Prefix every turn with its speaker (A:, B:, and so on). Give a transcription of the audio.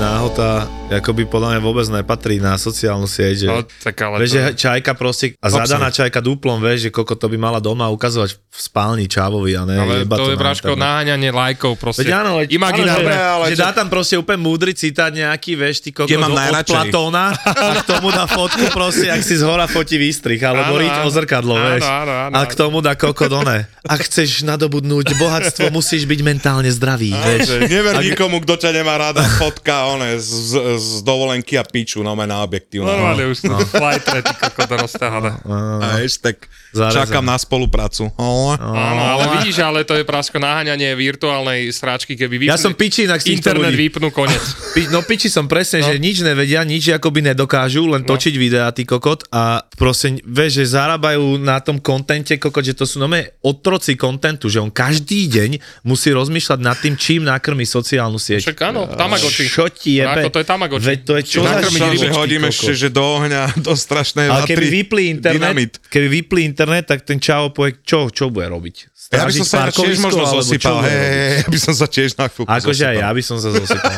A: náhota akoby podľa mňa vôbec nepatrí na sociálnu sieť. Že,
B: No, tak ale
A: vieš,
B: to-
A: že čajka proste, a
B: Obsah.
A: zadaná čajka duplom, vieš, že koko to by mala doma ukazovať v spálni čávovi a ne
B: Ale
A: jeba
B: to je
A: na
B: bráško
A: internet.
B: naháňanie lajkov
A: no.
B: proste.
A: Veď áno, ale,
B: Imaginárne.
A: áno, že,
C: ale
A: že
C: čo-
A: dá tam proste úplne múdry citát nejaký, vieš, ty kokos
C: Kde mám
A: od- od
C: najradšej.
A: Platóna a k tomu dá fotku proste, ak si z hora fotí výstrih, alebo
B: Áno,
A: riť
B: áno.
A: o zrkadlo,
B: Áno,
A: vieš.
B: áno, áno,
A: a k tomu dá kokot one. Ak chceš nadobudnúť bohatstvo, musíš byť mentálne zdravý, vieš.
C: Že never nikomu, kto ťa nemá rada, fotka one z, z, z dovolenky a piču, no na objektív. No,
B: Normálne už no. flightre, ty kokot roztáhané.
A: No,
C: a ešte tak
A: Zarezané.
C: čakám na spoluprácu. Oh.
A: no,
B: Áno, ale vidíš, ale to je práško naháňanie virtuálnej sráčky, keby vypnú,
A: Ja som pičín, ak s týchto
B: internet
A: ľudí.
B: vypnú konec.
A: Pi- No piči som presne, no. že nič nevedia, nič akoby nedokážu, len
B: No.
A: točiť videá ty kokot a proste, vieš, že zarábajú na tom kontente kokot, že to sú nové otroci kontentu, že on každý deň musí rozmýšľať nad tým, čím nakrmi sociálnu sieť.
B: Však áno, Tamagotchi. No
A: Čo ti jebe?
B: Ako to je Tamagotchi.
A: Veď to je čo za
B: nakrmiť
A: šalšie,
C: že
B: rybičky,
C: hodím
A: kokot.
C: ešte, že do ohňa, do strašnej
A: Ale
C: vatry.
A: keby vypli internet,
C: Dynamit.
A: keby vypli internet, tak ten čavo povie, čo, čo bude robiť?
C: Ja by som sa ináč tiež
A: parkovisko,
C: možno
A: alebo čo
C: zosypal.
A: bude
C: Hej, hej,
A: robiť?
C: hej, ja by som sa tiež na chvíľku
A: Akože aj
C: zosypal.
A: ja by som sa zosypal.